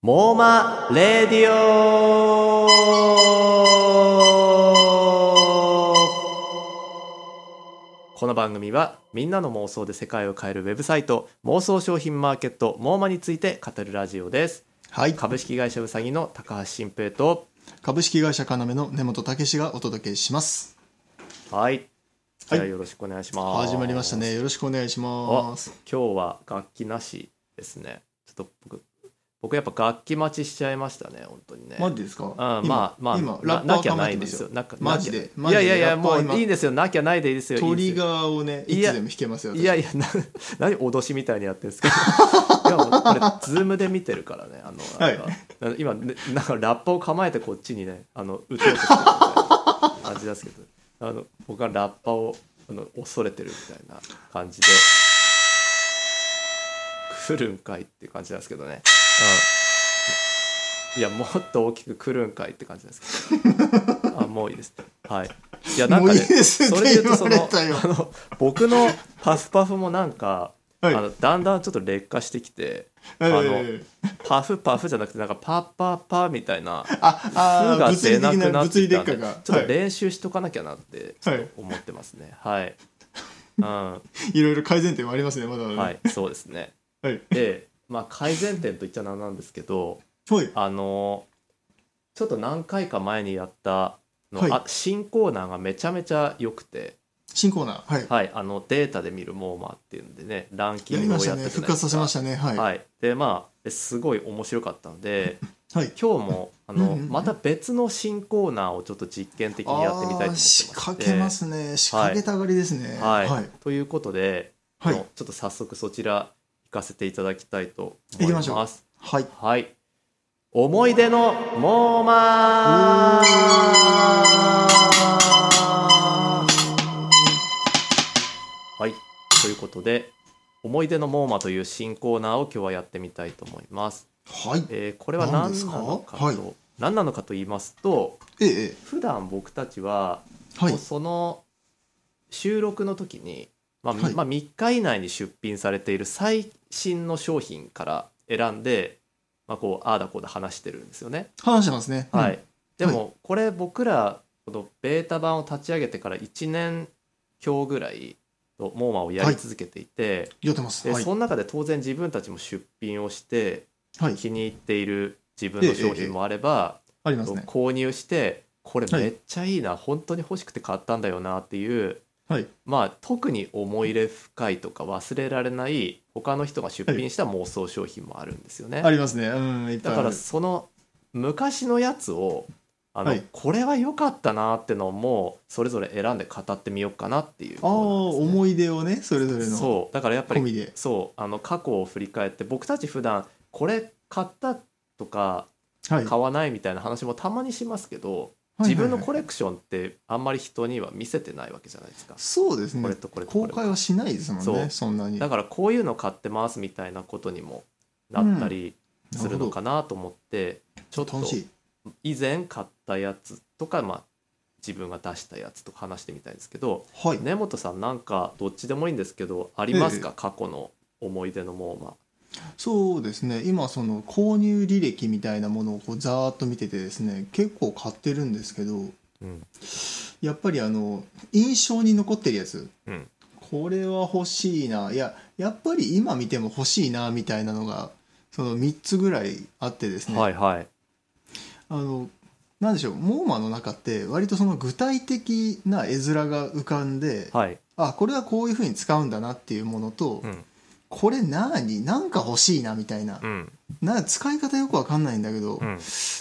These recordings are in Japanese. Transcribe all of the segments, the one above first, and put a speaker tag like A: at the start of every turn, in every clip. A: モーマレディオこの番組はみんなの妄想で世界を変えるウェブサイト妄想商品マーケットモーマについて語るラジオです
B: はい、
A: 株式会社うさぎの高橋新平と
B: 株式会社かなめの根本武がお届けします。
A: はいじゃあ
B: はい
A: よろしくお願いします
B: 始まりましたね。よろしくお願いします。
A: 今日は楽器なしですねちょっと僕僕やっぱ楽器待ちしちゃいましたね本当にね
B: マジですか？
A: あまあまあ
B: 今
A: な
B: ラッパ
A: なきゃ
B: ー考
A: ない
B: えて
A: ん
B: ま
A: です
B: す
A: よ
B: よ。
A: なんか
B: マジ
A: なき
B: で
A: ゃ、
B: マジで
A: いやいやいや
B: ラッパー
A: も
B: は
A: ういいですよなきゃないでいいですよ
B: 今
A: いい
B: 鳥
A: ですよ
B: がをね、
A: い
B: い
A: や
B: つでも弾けますよ。
A: いやいやな 何脅しみたいにやってるんですかいやもうこれズームで見てるからねあのなんか、
B: はい
A: なんか今ねなんかラッパを構えてこっちにねあの打とうとしてるみたいな感じですけどあの僕はラッパをあの恐れてるみたいな感じで来るんかいっていう感じなんですけどね、うん、いやもっと大きく来るんかいって感じなんですけどあもういいですはいいやなんか
B: もうい
A: ね
B: いですって
A: それで言うとそ
B: 言わ
A: の
B: れたよ
A: あの僕のパフパフもなんか、
B: はい
A: あのだんだんちょっと劣化してきて、
B: はいはいは
A: あ
B: い
A: のパフパフじゃなくてなんかパッパッパーみたいな「
B: あ、
A: ふ」
B: あ
A: が
B: ー物
A: 出
B: 理
A: な
B: 的
A: く
B: な
A: なっ
B: 物
A: て
B: 理
A: きたん
B: 劣
A: で
B: 化が、
A: ちょっ
B: は
A: と
B: い
A: 練習しとかなきゃなってちょっと思ってますねはい、
B: いろいろ改善点はありますね。まだ
A: う
B: まだ
A: ん
B: ね。
A: はいそうですね
B: はい、
A: でまあ改善点といっちゃなんなんですけど
B: はい、
A: あのちょっと何回か前にやったの、
B: はい
A: あ新コーナーがめちゃめちゃ良くて
B: 新コーナー、はい、
A: はい、あのデータで見るモーマーっていうんでねランキ
B: やり
A: ング
B: ま
A: を
B: し
A: や
B: た
A: っ
B: ね。
A: たじゃ
B: 復
A: ないで
B: 活
A: す
B: させ
A: か
B: ましたね。はい、は
A: はい、でまあすごい面白かったの で
B: い。
A: 今日もあの
B: うんうんうん
A: また別の新コーナーをちょっと実験的にやってみたいと思ってま
B: ー
A: し
B: 仕
A: て
B: 掛けますね。仕掛けたがりですね。
A: はい
B: はい、
A: ということで、
B: は
A: あの
B: い、
A: ちょっと早速そちら行かせていただきたいと
B: 行
A: 思い
B: き
A: ま
B: ますしょうはい。
A: はい思い出のモーマーはいということで思い出のモーマという新コーナーを今日はやってみたいと思います
B: はい、
A: えーこれは何なのかと
B: 何ですかは
A: 何なのかと言いますと
B: ええええ、
A: 普段僕たちは、
B: はい
A: もう、その収録の時に、まあ
B: はい
A: まあ、3日以内に出品されている最新の商品から選んで、まあ、こうああだこうだ話してるんですよね。
B: 話してますね。
A: はい、でもこれ僕らこのベータ版を立ち上げてから1年強ぐらいのモーマをやり続けていて、
B: やってます。
A: で
B: はい
A: そ。の中で当然自分たちも出品をして
B: はい。
A: 気に入っている自分の商品もあれば、
B: ありますね。
A: 購入してこれ
B: はい
A: めっちゃいいな、本当に欲しくて買ったんだよなっていう、
B: はい。
A: まあ、特に思い入れ深いとか忘れられない他の人が出品した妄想商品もあるんですよね。
B: ありますね。うん、いっぱ
A: だ
B: いあ
A: か
B: る。
A: らその昔のやつをあの、
B: はい
A: これは良かったなってのもそれぞれ選んで語ってみようかなっていう
B: ああ、
A: コーナーですね
B: 思い出をね、それぞれの
A: そうだからやっぱり
B: 込みで。
A: そうあの過去を振り返って僕たち普段これ買ったとか
B: はい。
A: 買わないみたいな話もたまにしますけど、
B: はい
A: 自分のコ
B: れ。
A: レクションってあんまり人には見せてないわけじゃないですか、
B: そうです
A: こ
B: ね
A: れ。とこれとこ
B: 公
A: れ
B: 開はしないですもん
A: そ
B: ね
A: う、
B: そんなに。
A: だ
B: な
A: からこういうの買ってますみたいなことにもなったりす
B: る
A: るの
B: ほど。
A: かなと思って、ちょっと
B: 楽しい。
A: 以前買ったやつとか、まあ、自分が出したやつとか話してみたいですけど
B: はい。
A: 根本さんなんかどっちでもいいんですけどありますか、
B: え
A: 過去の思い出のモーマ
B: そうですね。今、その購入履歴みたいなものをこうざーっと見ててですね、結構買ってるんですけど、
A: うん
B: やっぱりあの印象に残ってるやつ。
A: うん
B: これは欲しいな。いや、やっぱり今見ても欲しいなみたいなのが、その3つぐらいあってですね。
A: はいはい
B: あのなんでしょうモーマの中って割とその具体的な絵面が浮かんで、
A: はい、
B: あこれはこういうふうに使うんだなっていうものと、
A: うん
B: これなーになんか欲しいなみたいな,、
A: うん
B: な使い方よくわかんないんだけど、
A: うん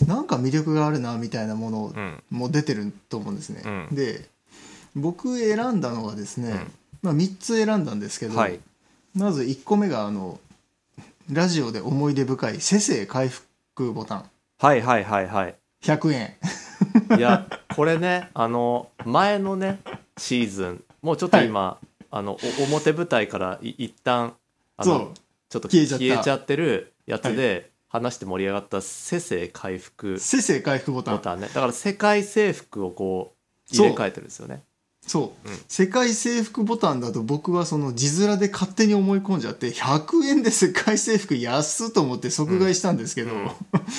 B: なんか魅力があるなみたいなもの
A: うん
B: も出てると思うんですね。
A: うん
B: で僕選んだのはですね、
A: うん
B: まあ、3つ選んだんですけど、
A: はい
B: まず1個目があのラジオで思い出深い「せせ回復ボタン
A: はいはいはい はい」
B: 100円。
A: いやこれねあの前のねシーズンもうちょっと今、あのお表舞台からい一旦あの
B: そう
A: ちょっと消え
B: 消えちゃった
A: ちゃってるやつで話して盛り上がった「せせ回復
B: せせ回復ボ」タ
A: ボ
B: ン
A: タンねだから世界征服をこう入れ替えてるんですよね
B: そう、
A: うん
B: 世界征服ボタンだと僕はその字面で勝手に思い込んじゃって100円で世界征服安っと思って即買いしたんですけど、
A: うん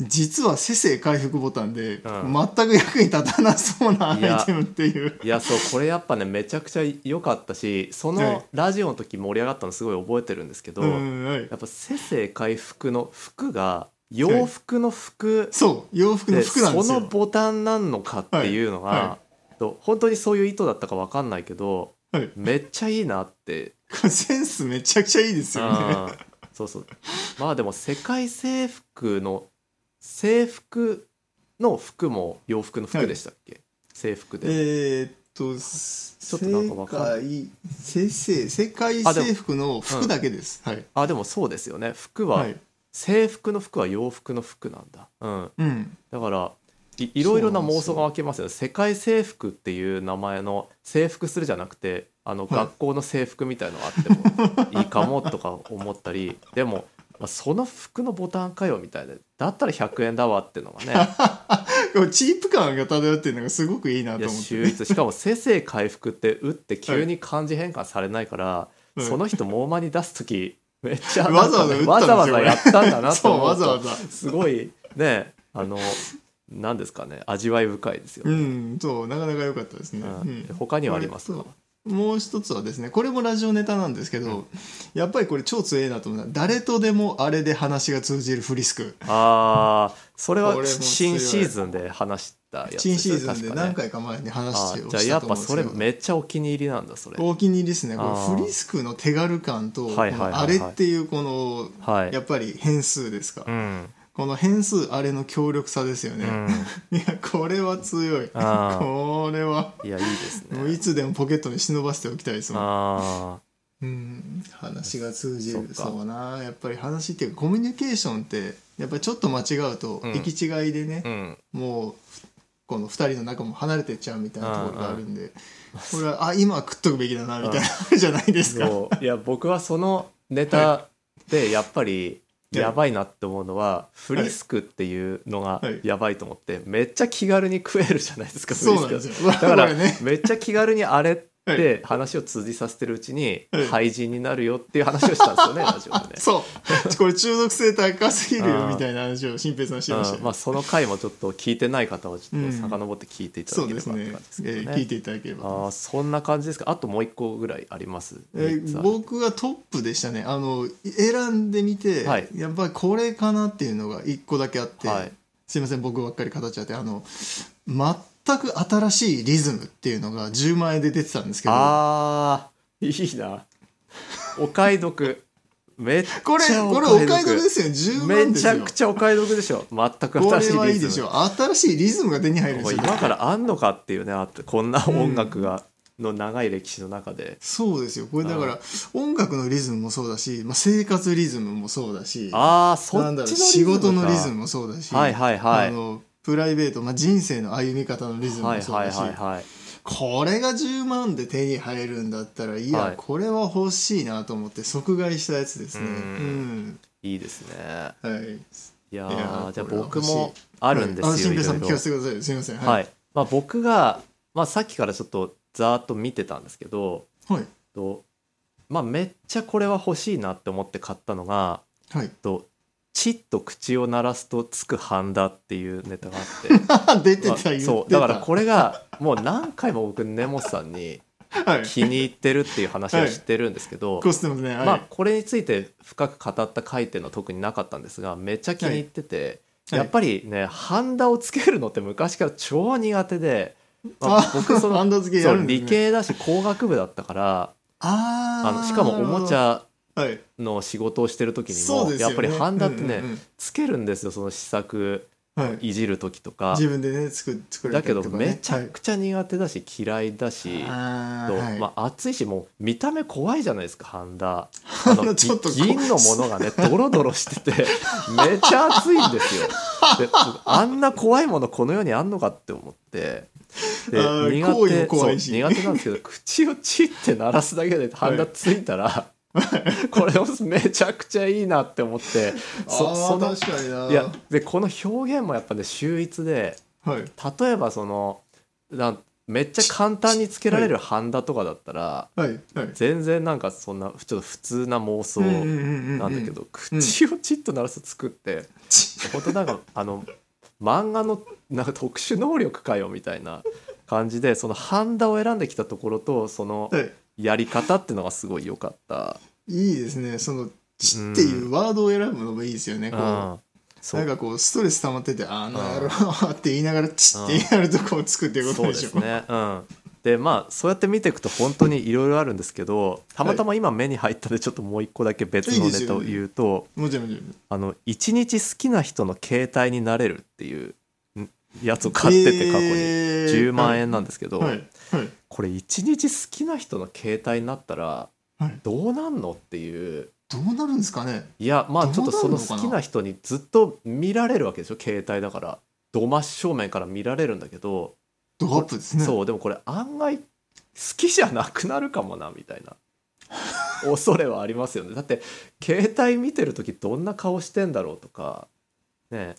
B: 実はせせ回復ボタンで、
A: うん
B: 全く役に立たなそうなア
A: いや
B: イテムっていう
A: いやそうこれやっぱねめちゃくちゃ良かったしそ
B: はい
A: のラジオの時盛り上がったのすごい覚えてるんですけど、
B: うんはい
A: やっぱせせ回復の服が洋服の服
B: そう洋服の
A: で
B: 服なんで
A: そ
B: すよ
A: のボタンなんのかっていうのが、
B: はいは
A: と本当にそういう意図だったか分かんないけど
B: はい、
A: めっちゃいいなって
B: これセンスめちゃくちゃいいですよね
A: ああそうそうまあでも世界征服の制服の服も洋服の服でしたっけ、制服で、
B: えーっとす
A: ちょっとなんかわか
B: 世界せせ世界
A: あでも
B: 征服の服だけです、はい
A: あでもそうですよね服は、
B: はい
A: 制服の服は洋服の服なんだうん
B: うん
A: だからいいろいろな
B: そうなんですよ
A: 妄想が湧きますよね世界制服っていう名前の制服するじゃなくてあの
B: はい
A: 学校の制服みたいのあってもいいかもとか思ったり でも、まあ、その服のボタンかよみたいでだったら100円だわっていうのが ね
B: でもチープ感が漂ってるのがすごくいいないと
A: や
B: 思って
A: 秀逸しかも「せせ回復」って打って急に漢字変換されないから、
B: い
A: その人モーマに出す 時めっちゃ
B: わざわざ打ったんですよ
A: わざわざやったんだなと
B: そう
A: 思
B: わ
A: う
B: ざわ
A: と
B: ざ
A: すごいねあの何ですかね味わい深いですよ
B: う
A: ね、
B: んそうなかなか良かったですね、
A: うん
B: うん
A: 他にはありますか
B: これそうもう一つはですねこれもラジオネタなんですけど、やっぱりこれ超強えなと思うのは誰とでもあれで話が通じるフリスク
A: あーそれは
B: これも強い
A: 新シーズンで話したやつ
B: 新シーズン
A: 確
B: で
A: かね
B: 何回か前に話
A: あ
B: して
A: ー
B: を
A: じゃあ
B: し
A: や
B: た
A: っ
B: と思
A: ぱ
B: うんです
A: そ
B: けど
A: れめっちゃお気に入りなんだそれ
B: お気に入りですねこ
A: あー
B: れフリスクの手軽感とこ
A: はいはいはいはい
B: のあれっていうこの
A: はい
B: やっぱり変数ですか、
A: うん
B: この変数あれの強力さですよ
A: う
B: ね、
A: ん
B: いやこれは強いこ
A: あー
B: れはい
A: やいいです
B: もうい
A: ね
B: つでもポケットに忍ばせておきたいですもん
A: あ
B: うん話が通じる
A: そっ
B: そ
A: か
B: うなやっぱり話っていうかコミュニケーションってやっぱりちょっと間違うと
A: うん
B: 行き違いでね
A: ー、うん
B: もうこの2人の仲も離れてっちゃうみたいなところがあるんでこれはあ今は食っとくべきだなみたいなじゃないですか。
A: そういや僕はそのネタでやっぱりやばいなって思うのはフリスクっていうのが
B: はい
A: やばいと思ってめっちゃ気軽に食えるじゃないですかフ
B: そ
A: リ
B: うな
A: スク
B: んですよ。
A: だ
B: だ
A: から
B: ね、
A: めっちゃ気軽にあれっ
B: はい
A: て話を通じさせてるうちに
B: はい
A: 廃人になるよっていう話をしたんです よねラジオでね。
B: そう。これ中毒性高すぎる
A: あ
B: よ
A: ー
B: みたいな話を新平さんしてました
A: うんま
B: よ。
A: あ、その回もちょっと聞いてない方はちょっと遡って聞いていただ
B: そう
A: け
B: で
A: れ
B: す
A: ばって
B: ね
A: 感じです
B: え
A: けどね。
B: ー聞いていただければと思います
A: ああそんな感じですかあともう一個ぐらいあります。
B: え
A: 三つある
B: 僕はトップでしたねあの選んでみて、
A: はい
B: やっぱりこれかなっていうのが一個だけあって、
A: はい
B: すいません僕ばっかり語っちゃってあの全く新しいリズムっていうのが10万円で出てたんですけど
A: あーいいなお買い得めっちゃ
B: これこれお買い得ですよ10万
A: め
B: で
A: ち
B: す
A: ゃ
B: よ
A: くちゃお買い得でしょ全く
B: こ
A: 新
B: れ
A: しい
B: は
A: リ
B: いい
A: ズ
B: で
A: ム
B: しょ新しいリズムが手に入るんで
A: もう
B: すよ
A: 今からあんのかっていうねあってこんな音楽が、の長い歴史の中で
B: そうですよこれだから音楽のリズムもそうだし、まあ、生活リズムもそうだし
A: ああそっちの
B: なんだ
A: リズ
B: ろう
A: ムか
B: 仕事のリズムもそうだし、
A: はいはいはい
B: あのプライベート、まあ、人生の歩み方のリズム
A: は
B: も
A: い
B: そう
A: はい
B: だし、
A: はいはい
B: これが10万で手に入るんだったらいや、
A: はい
B: これは欲しいなと思って即買いしたやつですね。
A: う
B: うん
A: いいですね
B: は
A: い
B: い、
A: や
B: いや
A: ー
B: ー
A: じゃあ
B: これは
A: 僕
B: 欲しい
A: もあるんですよ、
B: はいあ新平さん
A: い
B: も
A: ろい
B: 聞
A: ろ
B: かせてくださいすみません。
A: はい、まあ、僕が、まあ、さっきからちょっとざーっと見てたんですけど
B: はい
A: と、まあ、めっちゃこれは欲しいなって思って買ったのが
B: はい
A: と「チッと口を鳴らすとつくハンダ」っていうネタがあって
B: はい、 出てた
A: まあ
B: 言ってた。
A: そうだからこれがもう何回も僕根本さんに
B: はい、
A: 気に入ってるっていう話をしてるんですけど、
B: こうしてますね。はい、
A: まあ、これについて深く語った回っていうのは特になかったんですがめっちゃ気に入ってて、
B: はい
A: やっぱりねハンダをつけるのって昔から超苦手で、まあ
B: あ、
A: 僕その
B: ハンダ付けや
A: そ
B: る
A: うん
B: です、ね、
A: 理系だし工学部だったから
B: あー
A: あのしかもおもち、ゃ
B: なる
A: の仕事をしてる時に
B: そう
A: も、
B: です
A: や
B: よね
A: っぱりハンダってね、
B: うんうんうん
A: つけるんですよその試作
B: ほどはいはい、
A: いじる時とか
B: 自分でね作作れ
A: だ
B: たり
A: け
B: と
A: ど
B: か、ね、
A: めちゃくちゃ苦手だし嫌いだし、
B: あ
A: と
B: ーはい
A: まあ、暑いしもう見た目怖いじゃないですかハン ダ
B: ン
A: あ
B: ダ
A: の
B: ちょっとこ
A: 銀のものが ねドロドロしててめちゃ暑いんですよ であんな怖いものこの世にあんのかって思ってで
B: あー行為も
A: 苦手
B: 怖いし
A: そう苦手なんですけ ど口をチッて鳴らすだけでハンダついたら、 これもめちゃくちゃいいなって思って
B: あ
A: そ
B: ー
A: その
B: 確かにない
A: やでこの表現もやっぱね秀逸で
B: はい
A: 例えばそのなんめっちゃ簡単につけられるハンダとかだったら
B: はいはい
A: 全然なんかそんなちょっと普通な妄想な
B: なん
A: だけど口をチッと鳴らす作って本当 なんかあの漫画のなんか特殊能力かよみたいな感じでそのハンダを選んできたところとその
B: はい
A: やり方っていうのがすごい良かった。
B: いいですねその「ち」っていうワードを選ぶのもいいですよね、
A: う、
B: こうん
A: そ
B: なん
A: う
B: かこうストレス溜まってて「ああな
A: う
B: る
A: ん
B: ほど」って言いながら「ち」って言いながらどこを作っていうこ
A: そ
B: と
A: う
B: で
A: で
B: しょ
A: すね。うん、でまあそうやって見ていくと本当にいろいろあるんですけどたまたま今目に入ったんでちょっともう一個だけ別のネタを言うと。
B: もちろんもちろん
A: あの一日好きな人の携帯になれるっていうんやつを買ってて過去に
B: えー
A: 10万円なんですけど、
B: はいはい
A: これ一日好きな人の携帯になったら
B: はい
A: どうなんのっていう
B: どうなるんですかね
A: いやまあちょっとその
B: どうなるのか
A: 好
B: な
A: きな人にずっと見られるわけでしょ携帯だからど真正面から見られるんだけど、
B: ドアップですね
A: そうでもこれ案外好きじゃなくなるかもなみたいな 恐れはありますよねだって携帯見てる時どんな顔してんだろうとかね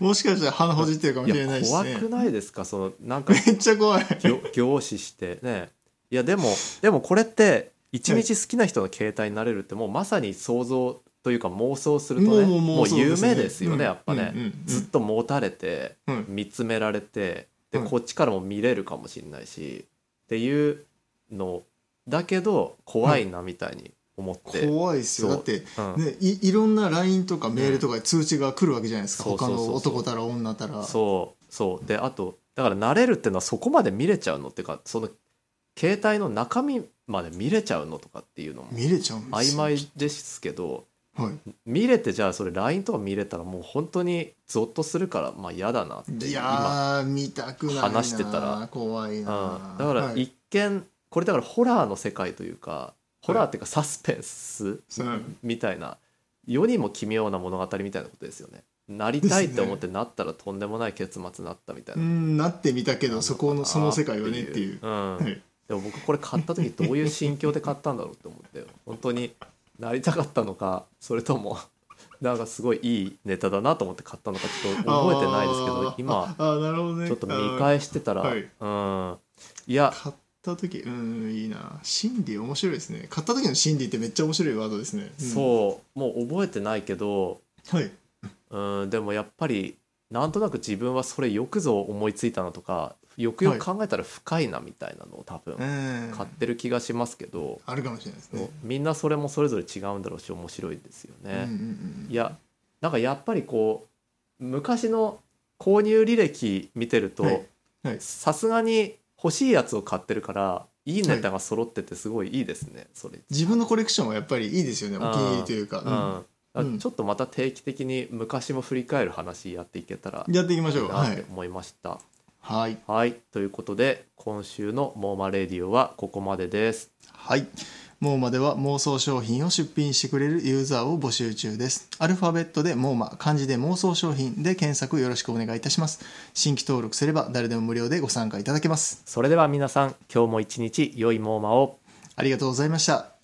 B: もしかしたら鼻ほじってるかもしれない
A: や
B: し
A: 怖
B: ね
A: くないですかそのなんか
B: めっちゃ怖い
A: 凝凝視してねいやでもでもこれって一日好きな人の携帯になれるってもうまさに想像というか妄想するとねもう
B: そう
A: 夢ですよね、やっぱね、
B: うんうんうん
A: ずっと持たれて、
B: うん
A: 見つめられてで、
B: うん
A: こっちからも見れるかもしれないしっていうのだけど怖いなみたいに思って、うん
B: 怖いですよ
A: そう
B: だって
A: うん
B: ねいいろんな LINE とかメールとかで通知が来るわけじゃないですか
A: そうそうそう
B: 他
A: そう
B: の男たら女たら
A: そうそうであとだから慣れるってのはそこまで見れちゃうのっていうかその携帯の中身まで見れちゃうのとかっていうのも
B: 見れちゃうんです
A: 曖
B: よ
A: 昧ですけど
B: はい
A: 見れてじゃあそれ LINE とか見れたらもう本当にゾッとするからまあ嫌だなって
B: い
A: 今、
B: やー見たくないな
A: 話してたら
B: 怖い
A: う
B: な
A: ん、だから
B: はい
A: 一見、これだからホラーの世界というかホラーっていうかサスペンス
B: うん
A: みたいな世にも奇妙な物語みたいなことですよね。なりたいって思ってなったらとんでもない結末になったみたいうな。
B: んなってみたけどそこのその世界はねっていう
A: うん
B: はい
A: でも僕これ買った時どういう心境で買ったんだろうって思って本当になりたかったのかそれとも なんかすごいいいネタだなと思って買ったのかちょっと覚えてないですけど
B: あー
A: 今
B: あーなるほどね
A: ちょっと見返してたら、
B: はい
A: うんいや
B: あー買った時うんいいな心理面白いですね買った時の心理ってめっちゃ面白いワードですね、
A: そうもう覚えてないけど、
B: うんはい
A: うん、でもやっぱりなんとなく自分はそれよくぞ思いついたなとかよくよく考えたら深いなみたいなのを多分
B: うん
A: 買ってる気がしますけど。
B: あるかもしれないですね
A: みんなそれもそれぞれ違うんだろうし面白いですよ
B: うんう
A: ね。
B: んうん
A: いやなんかやっぱりこう昔の購入履歴見てる
B: はい
A: と
B: はい
A: さすがに欲しいやつを買ってるからいいネタが揃っててすごいいいですねそれ。
B: 自分のコレクションはやっぱりいいですよねお気
A: あー
B: に入りというか、
A: う
B: うんん
A: だか
B: う
A: ら
B: ん
A: ちょっとまた定期的に昔も振り返る話やっていけたらい
B: やっていきましょう
A: いな
B: は
A: って
B: い、
A: 思いました。
B: はい
A: はいということで今週の「モーマレディオ」はここまでです。
B: はい。モーマでは妄想商品を出品してくれるユーザーを募集中です。アルファベットでモーマ、漢字で妄想商品で検索よろしくお願いいたします。新規登録すれば誰でも無料でご参加いただけます。
A: それでは皆さん今日も一日良いモーマを
B: ありがとうございました。